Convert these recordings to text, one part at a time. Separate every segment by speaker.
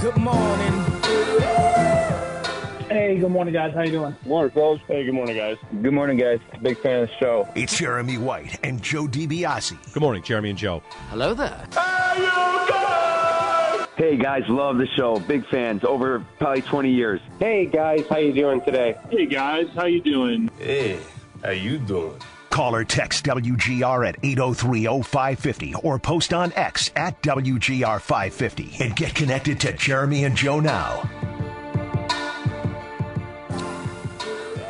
Speaker 1: Good morning.
Speaker 2: Hey, good morning, guys. How you doing?
Speaker 3: Good morning, fellas. Hey, good morning, guys.
Speaker 4: Good morning, guys. Big fan of the show.
Speaker 5: It's Jeremy White and Joe DiBiase.
Speaker 6: Good morning, Jeremy and Joe.
Speaker 7: Hello there.
Speaker 4: Hey guys, love the show. Big fans over probably 20 years.
Speaker 8: Hey guys, how you doing today?
Speaker 9: Hey guys, how you doing?
Speaker 10: Hey, how you doing?
Speaker 5: Call or text WGR at 803-0550 or post on X at WGR550 and get connected to Jeremy and Joe now.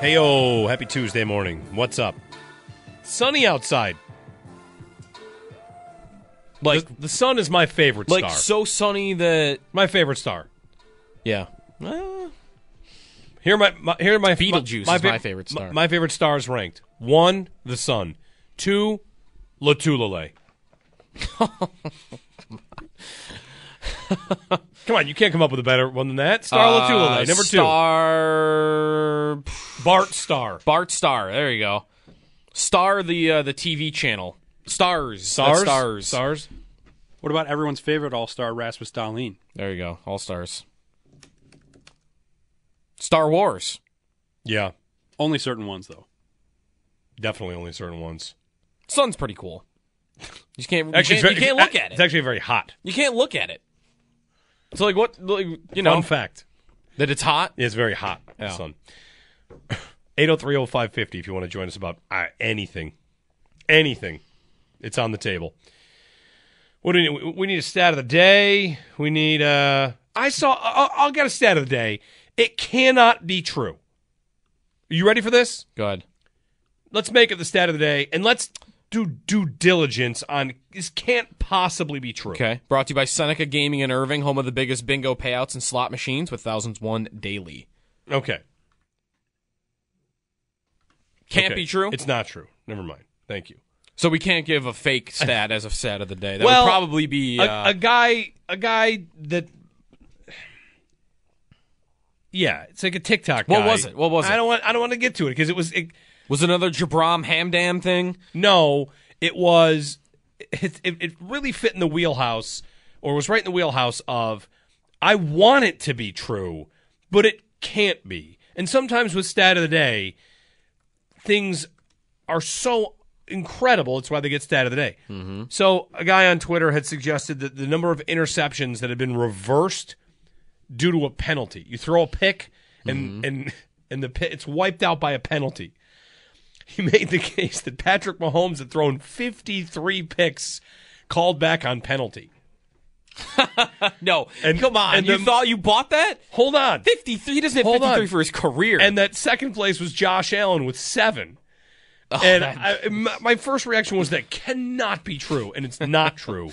Speaker 6: Hey oh, happy Tuesday morning. What's up? Sunny outside. Like the, the sun is my favorite
Speaker 11: like
Speaker 6: star.
Speaker 11: so sunny that
Speaker 6: my favorite star.
Speaker 11: Yeah.
Speaker 6: Uh, here are my, my here are my
Speaker 11: Beetlejuice my, my, my favorite star.
Speaker 6: My, my favorite stars ranked. One, the sun. Two, Latulale. come on, you can't come up with a better one than that. Star uh, Latulale, number
Speaker 11: star...
Speaker 6: two. Star Bart Star.
Speaker 11: Bart Star. There you go. Star the uh, the TV channel. Stars.
Speaker 6: Stars.
Speaker 11: That's stars.
Speaker 6: Stars.
Speaker 12: What about everyone's favorite All Star, Rasmus Dahlin?
Speaker 11: There you go. All Stars. Star Wars.
Speaker 6: Yeah.
Speaker 12: Only certain ones, though.
Speaker 6: Definitely only certain ones.
Speaker 11: Sun's pretty cool. You can't. Actually, you can't, you can't look at it.
Speaker 6: It's actually very hot.
Speaker 11: You can't look at it. It's like what like, you know.
Speaker 6: Fun fact
Speaker 11: that it's hot.
Speaker 6: It's very hot. Yeah. Sun. Eight hundred three zero five fifty. If you want to join us about uh, anything, anything, it's on the table. What do we need? We need a stat of the day. We need. Uh, I saw. I'll, I'll get a stat of the day. It cannot be true. Are you ready for this?
Speaker 11: Go ahead.
Speaker 6: Let's make it the stat of the day and let's do due diligence on this can't possibly be true.
Speaker 11: Okay. Brought to you by Seneca Gaming in Irving, home of the biggest bingo payouts and slot machines with thousands won daily.
Speaker 6: Okay.
Speaker 11: Can't okay. be true?
Speaker 6: It's not true. Never mind. Thank you.
Speaker 11: So we can't give a fake stat as a stat of the day. That well, would probably be
Speaker 6: uh, a, a guy a guy that yeah, it's like a TikTok.
Speaker 11: What
Speaker 6: guy.
Speaker 11: was it? What was it?
Speaker 6: I don't want. I don't want to get to it because it was. It,
Speaker 11: was another Jabram Hamdam thing?
Speaker 6: No, it was. It, it, it, really fit in the wheelhouse, or was right in the wheelhouse of. I want it to be true, but it can't be. And sometimes with stat of the day, things are so incredible. It's why they get stat of the day.
Speaker 11: Mm-hmm.
Speaker 6: So a guy on Twitter had suggested that the number of interceptions that had been reversed due to a penalty. You throw a pick, and mm-hmm. and and the it's wiped out by a penalty. He made the case that Patrick Mahomes had thrown 53 picks called back on penalty.
Speaker 11: no, and come on, and you the, thought you bought that?
Speaker 6: Hold on,
Speaker 11: 53. He doesn't have 53 on. for his career,
Speaker 6: and that second place was Josh Allen with seven. Oh, and I, my first reaction was that cannot be true, and it's not true.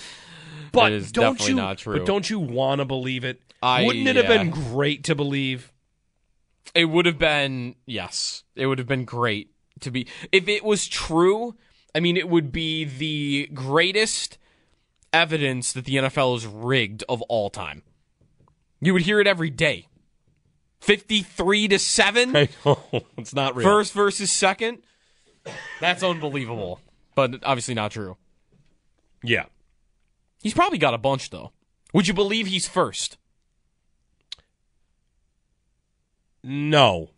Speaker 6: But don't you? But don't you want to believe it?
Speaker 11: I,
Speaker 6: Wouldn't it
Speaker 11: yeah.
Speaker 6: have been great to believe?
Speaker 11: It would have been yes. It would have been great to be if it was true. I mean, it would be the greatest evidence that the NFL is rigged of all time. You would hear it every day. Fifty-three to seven.
Speaker 6: I know. It's not real.
Speaker 11: First versus second. That's unbelievable, but obviously not true.
Speaker 6: Yeah.
Speaker 11: He's probably got a bunch though. Would you believe he's first?
Speaker 6: No.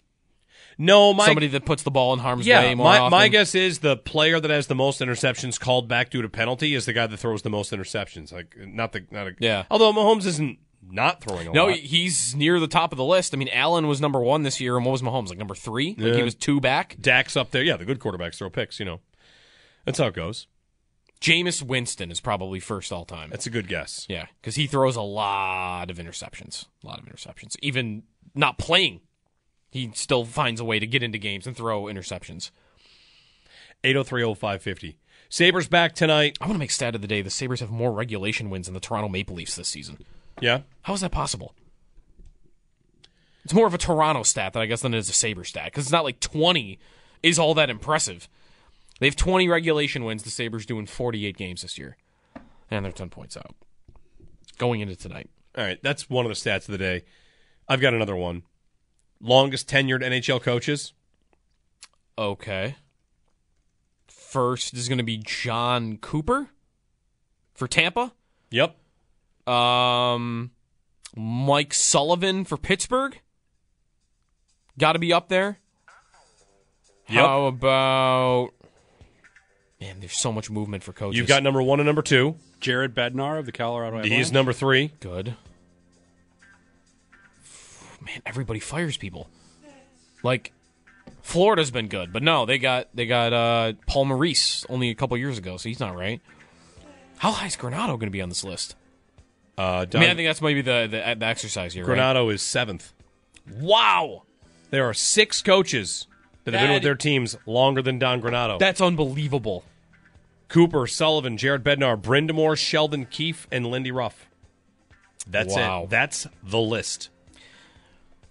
Speaker 6: No, my
Speaker 11: somebody that puts the ball in harm's
Speaker 6: yeah,
Speaker 11: way more
Speaker 6: my,
Speaker 11: often.
Speaker 6: my guess is the player that has the most interceptions called back due to penalty is the guy that throws the most interceptions. Like not the not a
Speaker 11: Yeah.
Speaker 6: Although Mahomes isn't not throwing a
Speaker 11: no,
Speaker 6: lot.
Speaker 11: he's near the top of the list. I mean, Allen was number one this year, and what was Mahomes like number three? Like he
Speaker 6: Yeah.
Speaker 11: was two back.
Speaker 6: Dak's up there. Yeah, the good quarterbacks throw picks. You know, that's how it goes.
Speaker 11: Jameis Winston is probably first all time.
Speaker 6: That's a good guess.
Speaker 11: Yeah, because he throws a lot of interceptions. A lot of interceptions. Even not playing, he still finds a way to get into games and throw interceptions.
Speaker 6: 8030550. Sabres back tonight.
Speaker 11: I want to make stat of the day. The Sabres have more regulation wins than the Toronto Maple Leafs this season.
Speaker 6: Yeah.
Speaker 11: How is that possible? It's more of a Toronto stat than I guess than it is a Sabre stat because it's not like 20 is all that impressive. They have 20 regulation wins. The Sabres do in 48 games this year. And they're 10 points out going into tonight.
Speaker 6: All right, that's one of the stats of the day. I've got another one. Longest tenured NHL coaches.
Speaker 11: Okay. First is going to be John Cooper for Tampa.
Speaker 6: Yep.
Speaker 11: Um, Mike Sullivan for Pittsburgh. Got to be up there.
Speaker 6: Yep.
Speaker 11: How about? Man, there's so much movement for coaches.
Speaker 6: You've got number one and number two.
Speaker 12: Jared Bednar of the Colorado
Speaker 6: He's
Speaker 12: Avalanche.
Speaker 6: number three.
Speaker 11: Good. Man, everybody fires people. Like, Florida's been good, but no, they got they got uh, Paul Maurice only a couple years ago, so he's not right. How high is Granado going to be on this list?
Speaker 6: Uh,
Speaker 11: I
Speaker 6: Don,
Speaker 11: mean, I think that's maybe the the, the exercise here. right?
Speaker 6: Granado is seventh.
Speaker 11: Wow,
Speaker 6: There are six coaches that have been
Speaker 11: That-
Speaker 6: with their teams longer than Don Granado.
Speaker 11: that's unbelievable.
Speaker 6: Cooper, Sullivan, Jared Bednar, Brindamore, Sheldon Keefe, and Lindy Ruff. That's
Speaker 11: Wow.
Speaker 6: it. That's the list.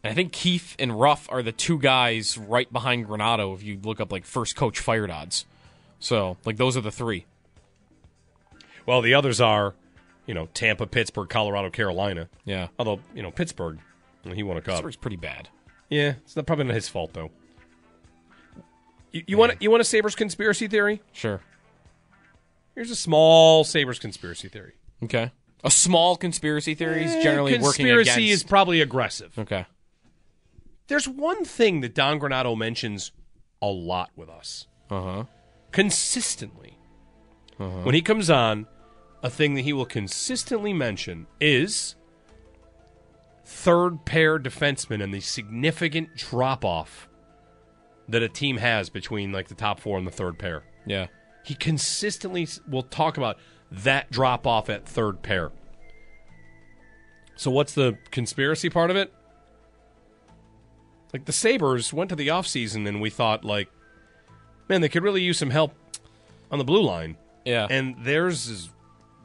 Speaker 11: And I think Keith and Ruff are the two guys right behind Granado if you look up like first coach fired odds. So, like those are the three.
Speaker 6: Well, the others are, you know, Tampa, Pittsburgh, Colorado, Carolina.
Speaker 11: Yeah.
Speaker 6: Although, you know, Pittsburgh, well, he won a cup.
Speaker 11: Pittsburgh's pretty bad.
Speaker 6: Yeah, it's not, probably not his fault though. You, you want you want a Sabers conspiracy theory?
Speaker 11: Sure.
Speaker 6: Here's a small Sabers conspiracy theory.
Speaker 11: Okay. A small conspiracy theory is generally
Speaker 6: Eh,
Speaker 11: working
Speaker 6: conspiracy is
Speaker 11: against.
Speaker 6: probably aggressive.
Speaker 11: okay.
Speaker 6: There's one thing that Don Granado mentions a lot with us
Speaker 11: Uh huh.
Speaker 6: consistently. When he comes on, a thing that he will consistently mention is third pair defensemen and the significant drop off that a team has between like the top four and the third pair.
Speaker 11: Yeah.
Speaker 6: He consistently s- will talk about that drop off at third pair. So what's the conspiracy part of it? Like the Sabres went to the offseason and we thought like man, they could really use some help on the blue line.
Speaker 11: Yeah.
Speaker 6: And theirs is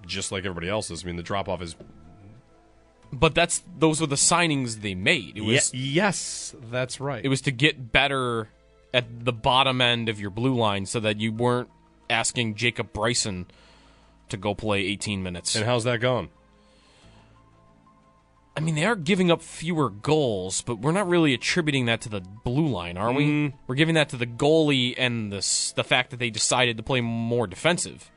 Speaker 6: just like everybody else's. I mean, the drop off is
Speaker 11: But that's those were the signings they made. It was
Speaker 6: Ye- yes, that's right.
Speaker 11: it was to get better at the bottom end of your blue line so that you weren't asking Jacob Bryson to go play 18 minutes.
Speaker 6: and how's that going?
Speaker 11: I mean, they are giving up fewer goals, but we're not really attributing that to the blue line, are we?
Speaker 6: Mm.
Speaker 11: We're giving that to the goalie and the s- the fact that they decided to play more defensive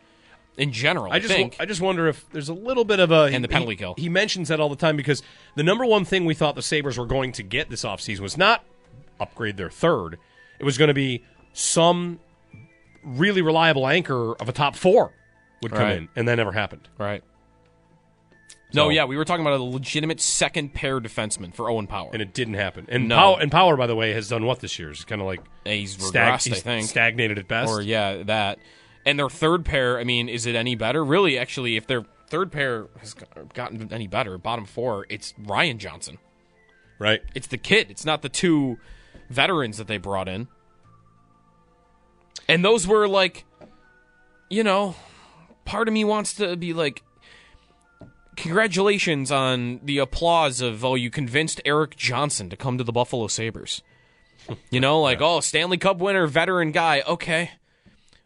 Speaker 11: in general. I,
Speaker 6: I just
Speaker 11: think
Speaker 6: I just wonder if there's a little bit of a
Speaker 11: And the penalty
Speaker 6: he,
Speaker 11: kill.
Speaker 6: He mentions that all the time because the number one thing we thought the Sabres were going to get this offseason was not upgrade their third. It was going to be some really reliable anchor of a top four would come
Speaker 11: Right.
Speaker 6: in, and that never happened.
Speaker 11: right. No,
Speaker 6: So-
Speaker 11: yeah, we were talking about a legitimate second pair defenseman for Owen Power.
Speaker 6: And it didn't happen. And
Speaker 11: No.
Speaker 6: Pow- and Power, by the way, has done what this year? Is kind of like
Speaker 11: Yeah, he's regressed,
Speaker 6: stag-
Speaker 11: I
Speaker 6: he's
Speaker 11: think.
Speaker 6: stagnated at best.
Speaker 11: Or yeah, that. And their third pair, I mean, is it any better? Really, actually, if their third pair has g- gotten any better, bottom four, it's Ryan Johnson.
Speaker 6: Right.
Speaker 11: It's the kid. It's not the two veterans that they brought in. And those were like, you know, part of me wants to be like, congratulations on the applause of, oh, you convinced Eric Johnson to come to the Buffalo Sabres. You know, like, oh, Stanley Cup winner, veteran guy. Okay.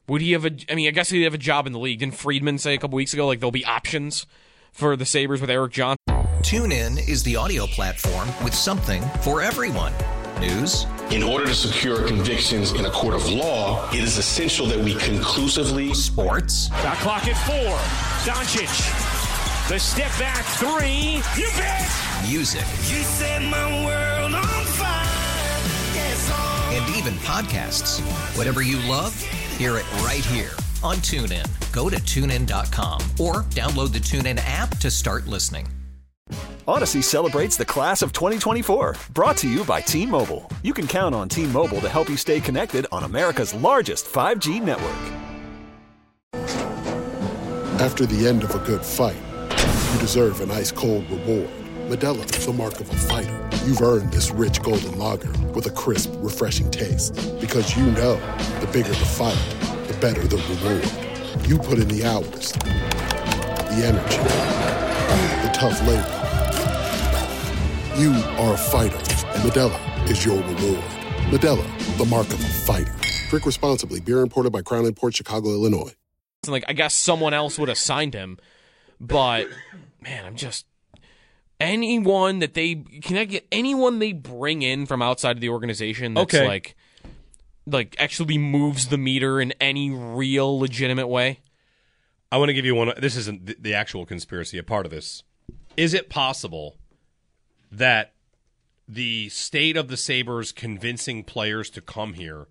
Speaker 11: Would he have a, I mean, I guess he'd have a job in the league. Didn't Friedman say a couple weeks ago, like, there'll be options for the Sabres with Eric Johnson?
Speaker 13: TuneIn is the audio platform with something for everyone. News,
Speaker 14: In order to secure convictions in a court of law, it is essential that we conclusively
Speaker 13: sports,
Speaker 15: The clock at four. Doncic. The step back three. You bet.
Speaker 13: music,
Speaker 16: You set my world on fire. Yes, oh,
Speaker 13: and even podcasts. Whatever you love, hear it right here on TuneIn. Go to tunein.com or download the TuneIn app to start listening.
Speaker 17: Odyssey celebrates the class of 2024. Brought to you by T Mobile. You can count on T Mobile to help you stay connected on America's largest 5G network.
Speaker 18: After the end of a good fight, you deserve an ice cold reward. Medella is the mark of a fighter. You've earned this rich golden lager with a crisp, refreshing taste. Because you know the bigger the fight, the better the reward. You put in the hours, the energy, the tough labor. You are a fighter, and Medella is your reward. Medella, the mark of a fighter. Drink responsibly. Beer imported by Crown Port Chicago, Illinois.
Speaker 6: And like I guess someone else would have signed him, but man, I'm just anyone that they can I get anyone they bring in from outside of the organization that's
Speaker 11: Okay.
Speaker 6: like like actually moves the meter in any real legitimate way.
Speaker 11: I want to give you one. This isn't th- the actual conspiracy. A part of this is it possible that the state of the Sabers convincing players to come here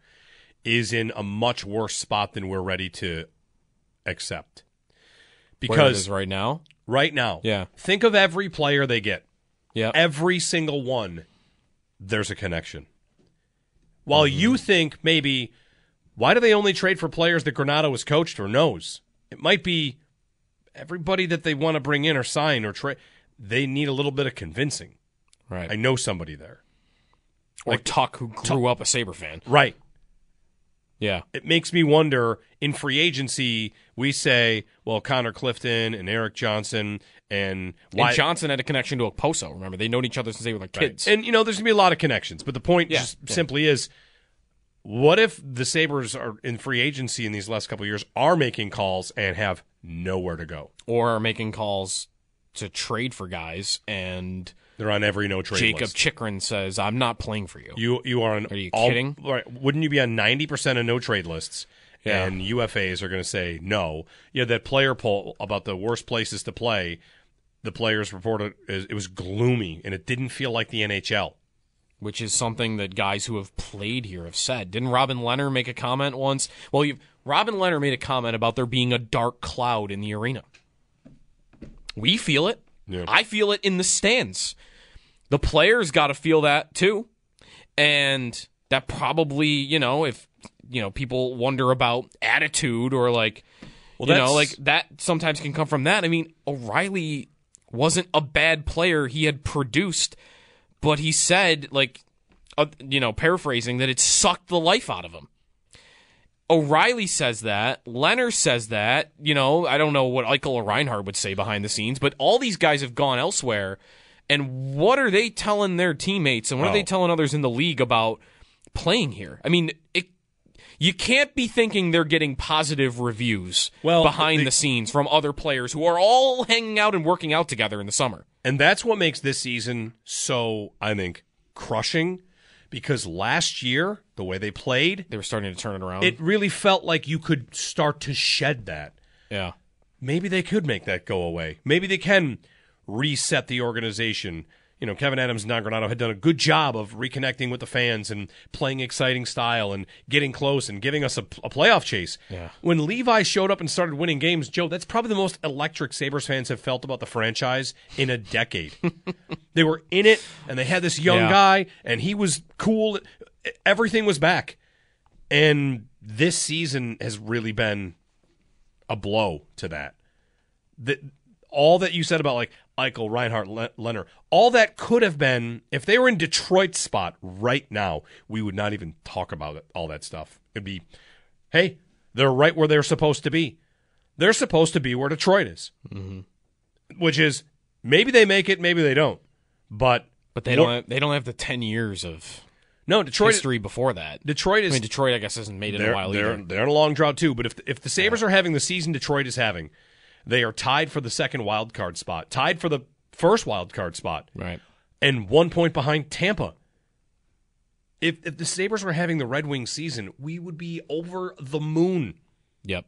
Speaker 11: is in a much worse spot than we're ready to accept? Because
Speaker 6: is right now,
Speaker 11: right now,
Speaker 6: Yeah.
Speaker 11: Think of every player they get.
Speaker 6: Yeah,
Speaker 11: every single one. There's a connection. While you think maybe, why do they only trade for players that Granado has coached or knows? It might be everybody that they want to bring in or sign or trade. They need a little bit of convincing.
Speaker 6: Right.
Speaker 11: I know somebody there.
Speaker 6: Or Tuck, who grew up a Saber fan.
Speaker 11: Right.
Speaker 6: Yeah.
Speaker 11: It makes me wonder in free agency, we say, well, Connor Clifton and Eric Johnson and
Speaker 6: And Johnson had a connection to Oposo. Remember, they known each other since they were like
Speaker 11: Right.
Speaker 6: kids.
Speaker 11: And you know, there's gonna be a lot of connections, but the point
Speaker 6: Yeah,
Speaker 11: just
Speaker 6: yeah.
Speaker 11: simply is, what if the Sabers are in free agency in these last couple of years are making calls and have nowhere to go?
Speaker 6: or are making calls to trade for guys, and
Speaker 11: they're on every no trade
Speaker 6: Jacob
Speaker 11: list.
Speaker 6: Chikrin says, "I'm not playing for you."
Speaker 11: You you are on.
Speaker 6: Are you
Speaker 11: all-
Speaker 6: kidding?
Speaker 11: Right? Wouldn't you be on ninety percent of no trade lists?
Speaker 6: Yeah.
Speaker 11: And UFAs are going to say no. Yeah, that player poll about the worst places to play. The players reported it it was gloomy and it didn't feel like the NHL.
Speaker 6: Which is something that guys who have played here have said. Didn't Robin Leonard make a comment once? Well, you Robin Leonard made a comment about there being a dark cloud in the arena. We feel it. I feel it in the stands. The players got to feel that too. And that probably, you know, if you know, people wonder about attitude or like
Speaker 11: Well,
Speaker 6: you know,
Speaker 11: that's-
Speaker 6: like that sometimes can come from that. I mean, O'Reilly wasn't a bad player. He had produced, but he said like uh, you know, paraphrasing that it sucked the life out of him. O'Reilly says that. Leonard says that. You know, I don't know what Eichel or Reinhardt would say behind the scenes, but all these guys have gone elsewhere. And what are they telling their teammates and what
Speaker 11: Oh.
Speaker 6: are they telling others in the league about playing here? I mean, it, you can't be thinking they're getting positive reviews behind the scenes from other players who are all hanging out and working out together in the summer.
Speaker 11: And that's what makes this season so, I think, crushing because last year, the way they played,
Speaker 6: they were starting to turn it around.
Speaker 11: It really felt like you could start to shed that.
Speaker 6: Yeah.
Speaker 11: Maybe they could make that go away. Maybe they can reset the organization. You know, Kevin Adams and Don Granado had done a good job of reconnecting with the fans and playing exciting style and getting close and giving us a, a playoff chase.
Speaker 6: Yeah.
Speaker 11: When Levi showed up and started winning games, Joe, that's probably the most electric Sabres fans have felt about the franchise in a decade. they were in it and they had this young
Speaker 6: Yeah.
Speaker 11: guy and he was cool. Everything was back. And this season has really been a blow to that. That all that you said about like Eichel, Reinhardt, Le- Leonard, all that could have been if they were in Detroit's spot right now, we would not even talk about it, all that stuff. It'd be, hey, they're right where they're supposed to be. They're supposed to be where Detroit is,
Speaker 6: Mm-hmm.
Speaker 11: which is maybe they make it, maybe they don't. But
Speaker 6: But they don't. Have, they don't have the ten years of
Speaker 11: no Detroit
Speaker 6: history before that.
Speaker 11: Detroit is
Speaker 6: I mean, Detroit, I guess, hasn't made it in
Speaker 11: they're,
Speaker 6: a while
Speaker 11: they're,
Speaker 6: either.
Speaker 11: they're in a long drought too. But if the, if the Sabers are having the season Detroit is having, they are tied for the second wild card spot, tied for the first wild card spot,
Speaker 6: right,
Speaker 11: and one point behind Tampa. If if the Sabers were having the Red Wings season, we would be over the moon.
Speaker 6: Yep.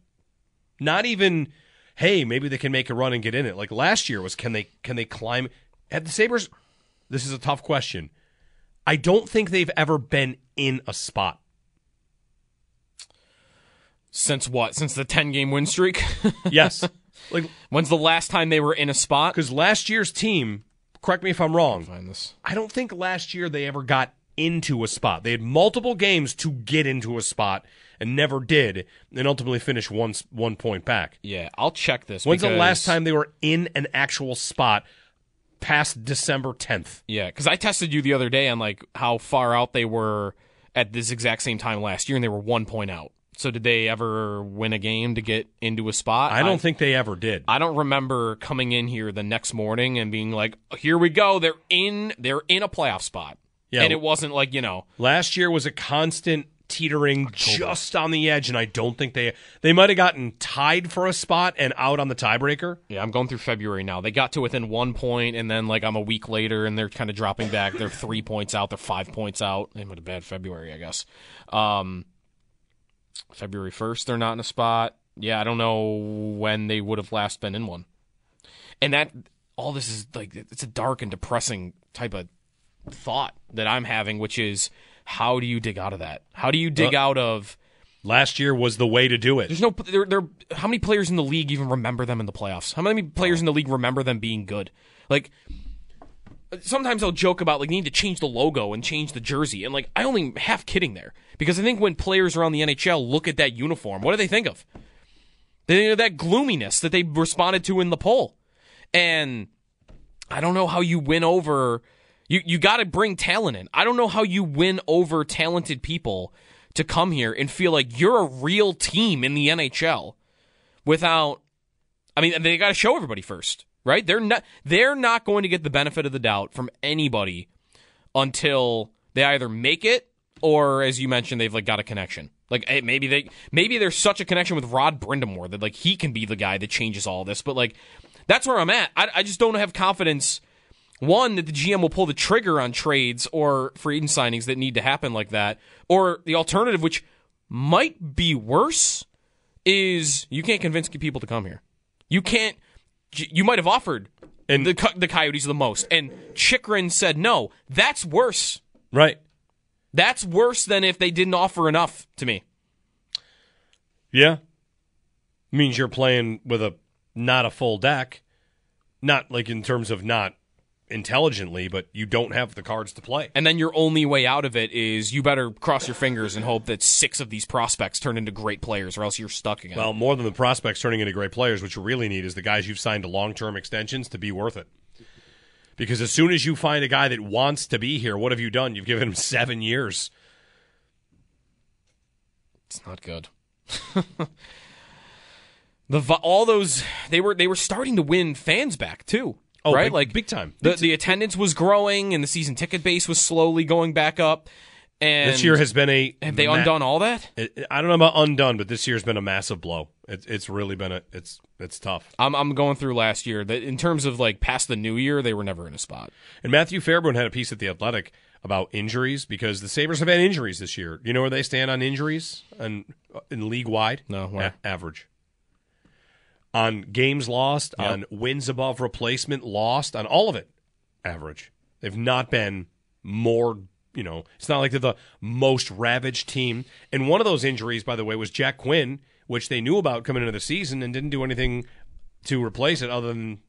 Speaker 11: Not even, hey, maybe they can make a run and get in it. Like last year was, can they can they climb? At the Sabers, this is a tough question. I don't think they've ever been in a spot.
Speaker 6: Since what? Since the 10 game win streak?
Speaker 11: yes. Like
Speaker 6: when's the last time they were in a spot?
Speaker 11: Cuz last year's team, correct me if I'm wrong. Find this. I don't think last year they ever got into a spot. They had multiple games to get into a spot and never did, and ultimately finished one one point back.
Speaker 6: Yeah, I'll check this.
Speaker 11: When's the last time they were in an actual spot past December 10th?
Speaker 6: Yeah, because I tested you the other day on like how far out they were at this exact same time last year, and they were one point out. So did they ever win a game to get into a spot?
Speaker 11: I don't I, think they ever did.
Speaker 6: I don't remember coming in here the next morning and being like, "Here we go, they're in, they're in a playoff spot." Yeah, and it wasn't like you know.
Speaker 11: Last year was a constant teetering October. just on the edge, and I don't think they they might have gotten tied for a spot and out on the tiebreaker.
Speaker 6: Yeah, I'm going through February now. They got to within one point, and then like I'm a week later, and they're kind of dropping back. They're three points out. They're five points out. They had a bad February, I guess. Um, February first, they're not in a spot. Yeah, I don't know when they would have last been in one. And that all this is like it's a dark and depressing type of thought that I'm having, which is how do you dig out of that? How do you dig uh, out of
Speaker 11: last year was the way to do it.
Speaker 6: There's no there, there how many players in the league even remember them in the playoffs? How many players in the league remember them being good? Like sometimes I'll joke about like need to change the logo and change the jersey and like I only half kidding there because I think when players around the NHL look at that uniform, what do they think of? They think of that gloominess that they responded to in the poll. And I don't know how you win over you you got to bring talent in. I don't know how you win over talented people to come here and feel like you're a real team in the NHL without I mean they got to show everybody first, right? They're not they're not going to get the benefit of the doubt from anybody until they either make it or as you mentioned they've like got a connection. Like hey, maybe they maybe there's such a connection with Rod Brindamore that like he can be the guy that changes all this, but like that's where I'm at. I, I just don't have confidence one that the GM will pull the trigger on trades or free agent signings that need to happen like that, or the alternative, which might be worse, is you can't convince people to come here. You can't. You might have offered and the the Coyotes the most, and Chikrin said no. That's worse.
Speaker 11: Right.
Speaker 6: That's worse than if they didn't offer enough to me.
Speaker 11: Yeah. Means you're playing with a not a full deck, not like in terms of not intelligently, but you don't have the cards to play.
Speaker 6: And then your only way out of it is you better cross your fingers and hope that six of these prospects turn into great players, or else you're stuck again.
Speaker 11: Well, more than the prospects turning into great players, what you really need is the guys you've signed to long term extensions to be worth it. Because as soon as you find a guy that wants to be here, what have you done? You've given him seven years.
Speaker 6: It's not good. the all those they were they were starting to win fans back too.
Speaker 11: Oh,
Speaker 6: right?
Speaker 11: Big,
Speaker 6: like
Speaker 11: big time.
Speaker 6: The, the attendance was growing, and the season ticket base was slowly going back up. And
Speaker 11: this year has been
Speaker 6: a have they ma- undone all that?
Speaker 11: I don't know about undone, but this year's been a massive blow. It, it's really been a it's it's tough.
Speaker 6: I'm I'm going through last year that in terms of like past the new year, they were never in a spot.
Speaker 11: And Matthew Fairburn had a piece at the Athletic about injuries because the Sabers have had injuries this year. You know where they stand on injuries and uh, in league wide?
Speaker 6: No, where?
Speaker 11: A- average on games lost, yep. on wins above replacement lost, on all of it, average. They've not been more, you know, it's not like they're the most ravaged team. And one of those injuries, by the way, was Jack Quinn, which they knew about coming into the season and didn't do anything to replace it other than.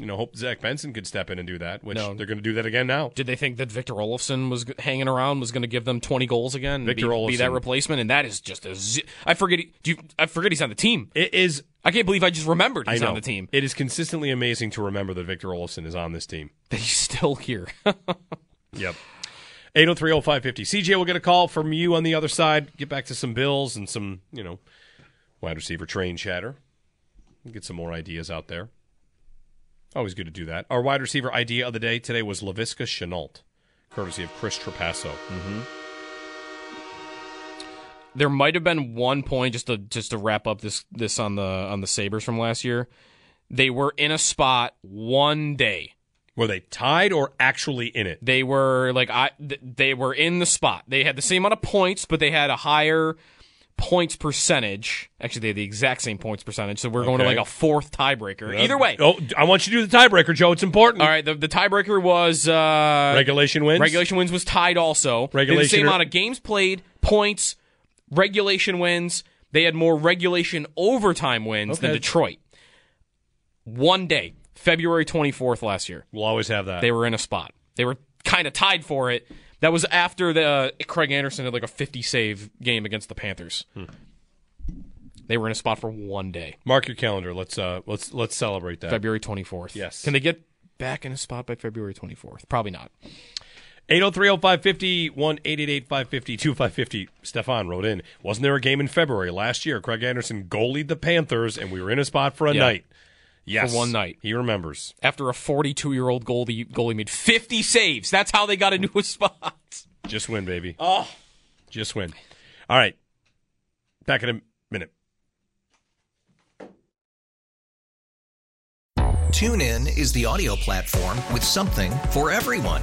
Speaker 11: You know, hope Zach Benson could step in and do that, which no. they're going to do that again now.
Speaker 6: Did they think that Victor Olofsson was hanging around was going to give them twenty goals again?
Speaker 11: Victor
Speaker 6: be, be that replacement, and that is just a. Z- I forget. Do you, I forget he's on the team.
Speaker 11: It is
Speaker 6: I can't believe I just remembered he's on the team.
Speaker 11: It is consistently amazing to remember that Victor Olsson is on this team.
Speaker 6: That he's still here.
Speaker 11: yep. 8030550. CJ will get a call from you on the other side. Get back to some bills and some, you know, wide receiver train chatter. Get some more ideas out there. Always good to do that. Our wide receiver idea of the day today was LaVisca Chenault, courtesy of Chris Trapasso.
Speaker 6: Mm-hmm there might have been one point just to just to wrap up this this on the on the Sabers from last year. They were in a spot one day.
Speaker 11: Were they tied or actually in it?
Speaker 6: They were like I they were in the spot. They had the same amount of points, but they had a higher points percentage. Actually, they had the exact same points percentage, so we're going to
Speaker 19: Okay.
Speaker 6: like a fourth tiebreaker.
Speaker 19: Yeah.
Speaker 6: Either way.
Speaker 19: Oh, I want you to do the tiebreaker, Joe. It's important.
Speaker 6: All right, the, the tiebreaker was uh,
Speaker 19: Regulation wins?
Speaker 6: Regulation wins was tied also. They had the
Speaker 19: Regulation
Speaker 6: same
Speaker 19: or-
Speaker 6: amount of games played, points, regulation wins. They had more regulation overtime wins than
Speaker 19: Okay.
Speaker 6: Detroit. One day, February twenty fourth last year.
Speaker 19: We'll always have that.
Speaker 6: They were in a spot. They were kind of tied for it. That was after the uh, Craig Anderson had like a fifty save game against the Panthers.
Speaker 19: Hmm.
Speaker 6: They were in a spot for one day.
Speaker 19: Mark your calendar. Let's uh let's let's celebrate that.
Speaker 6: February 24th.
Speaker 19: Yes.
Speaker 6: Can they get back in a spot by February 24th? Probably not.
Speaker 19: 803-0550, 1-888-550-2550. Stefan wrote in, wasn't there a game in February last year? Craig Anderson goalied the Panthers, and we were in a spot for a
Speaker 6: Yeah.
Speaker 19: night. Yes.
Speaker 6: For one night.
Speaker 19: He remembers.
Speaker 6: After a 42 year old goalie, goalie made 50 saves. That's how they got into a spot.
Speaker 19: Just win, baby.
Speaker 6: Oh.
Speaker 19: Just win. All right. Back in a minute.
Speaker 13: TuneIn is the audio platform with something for everyone.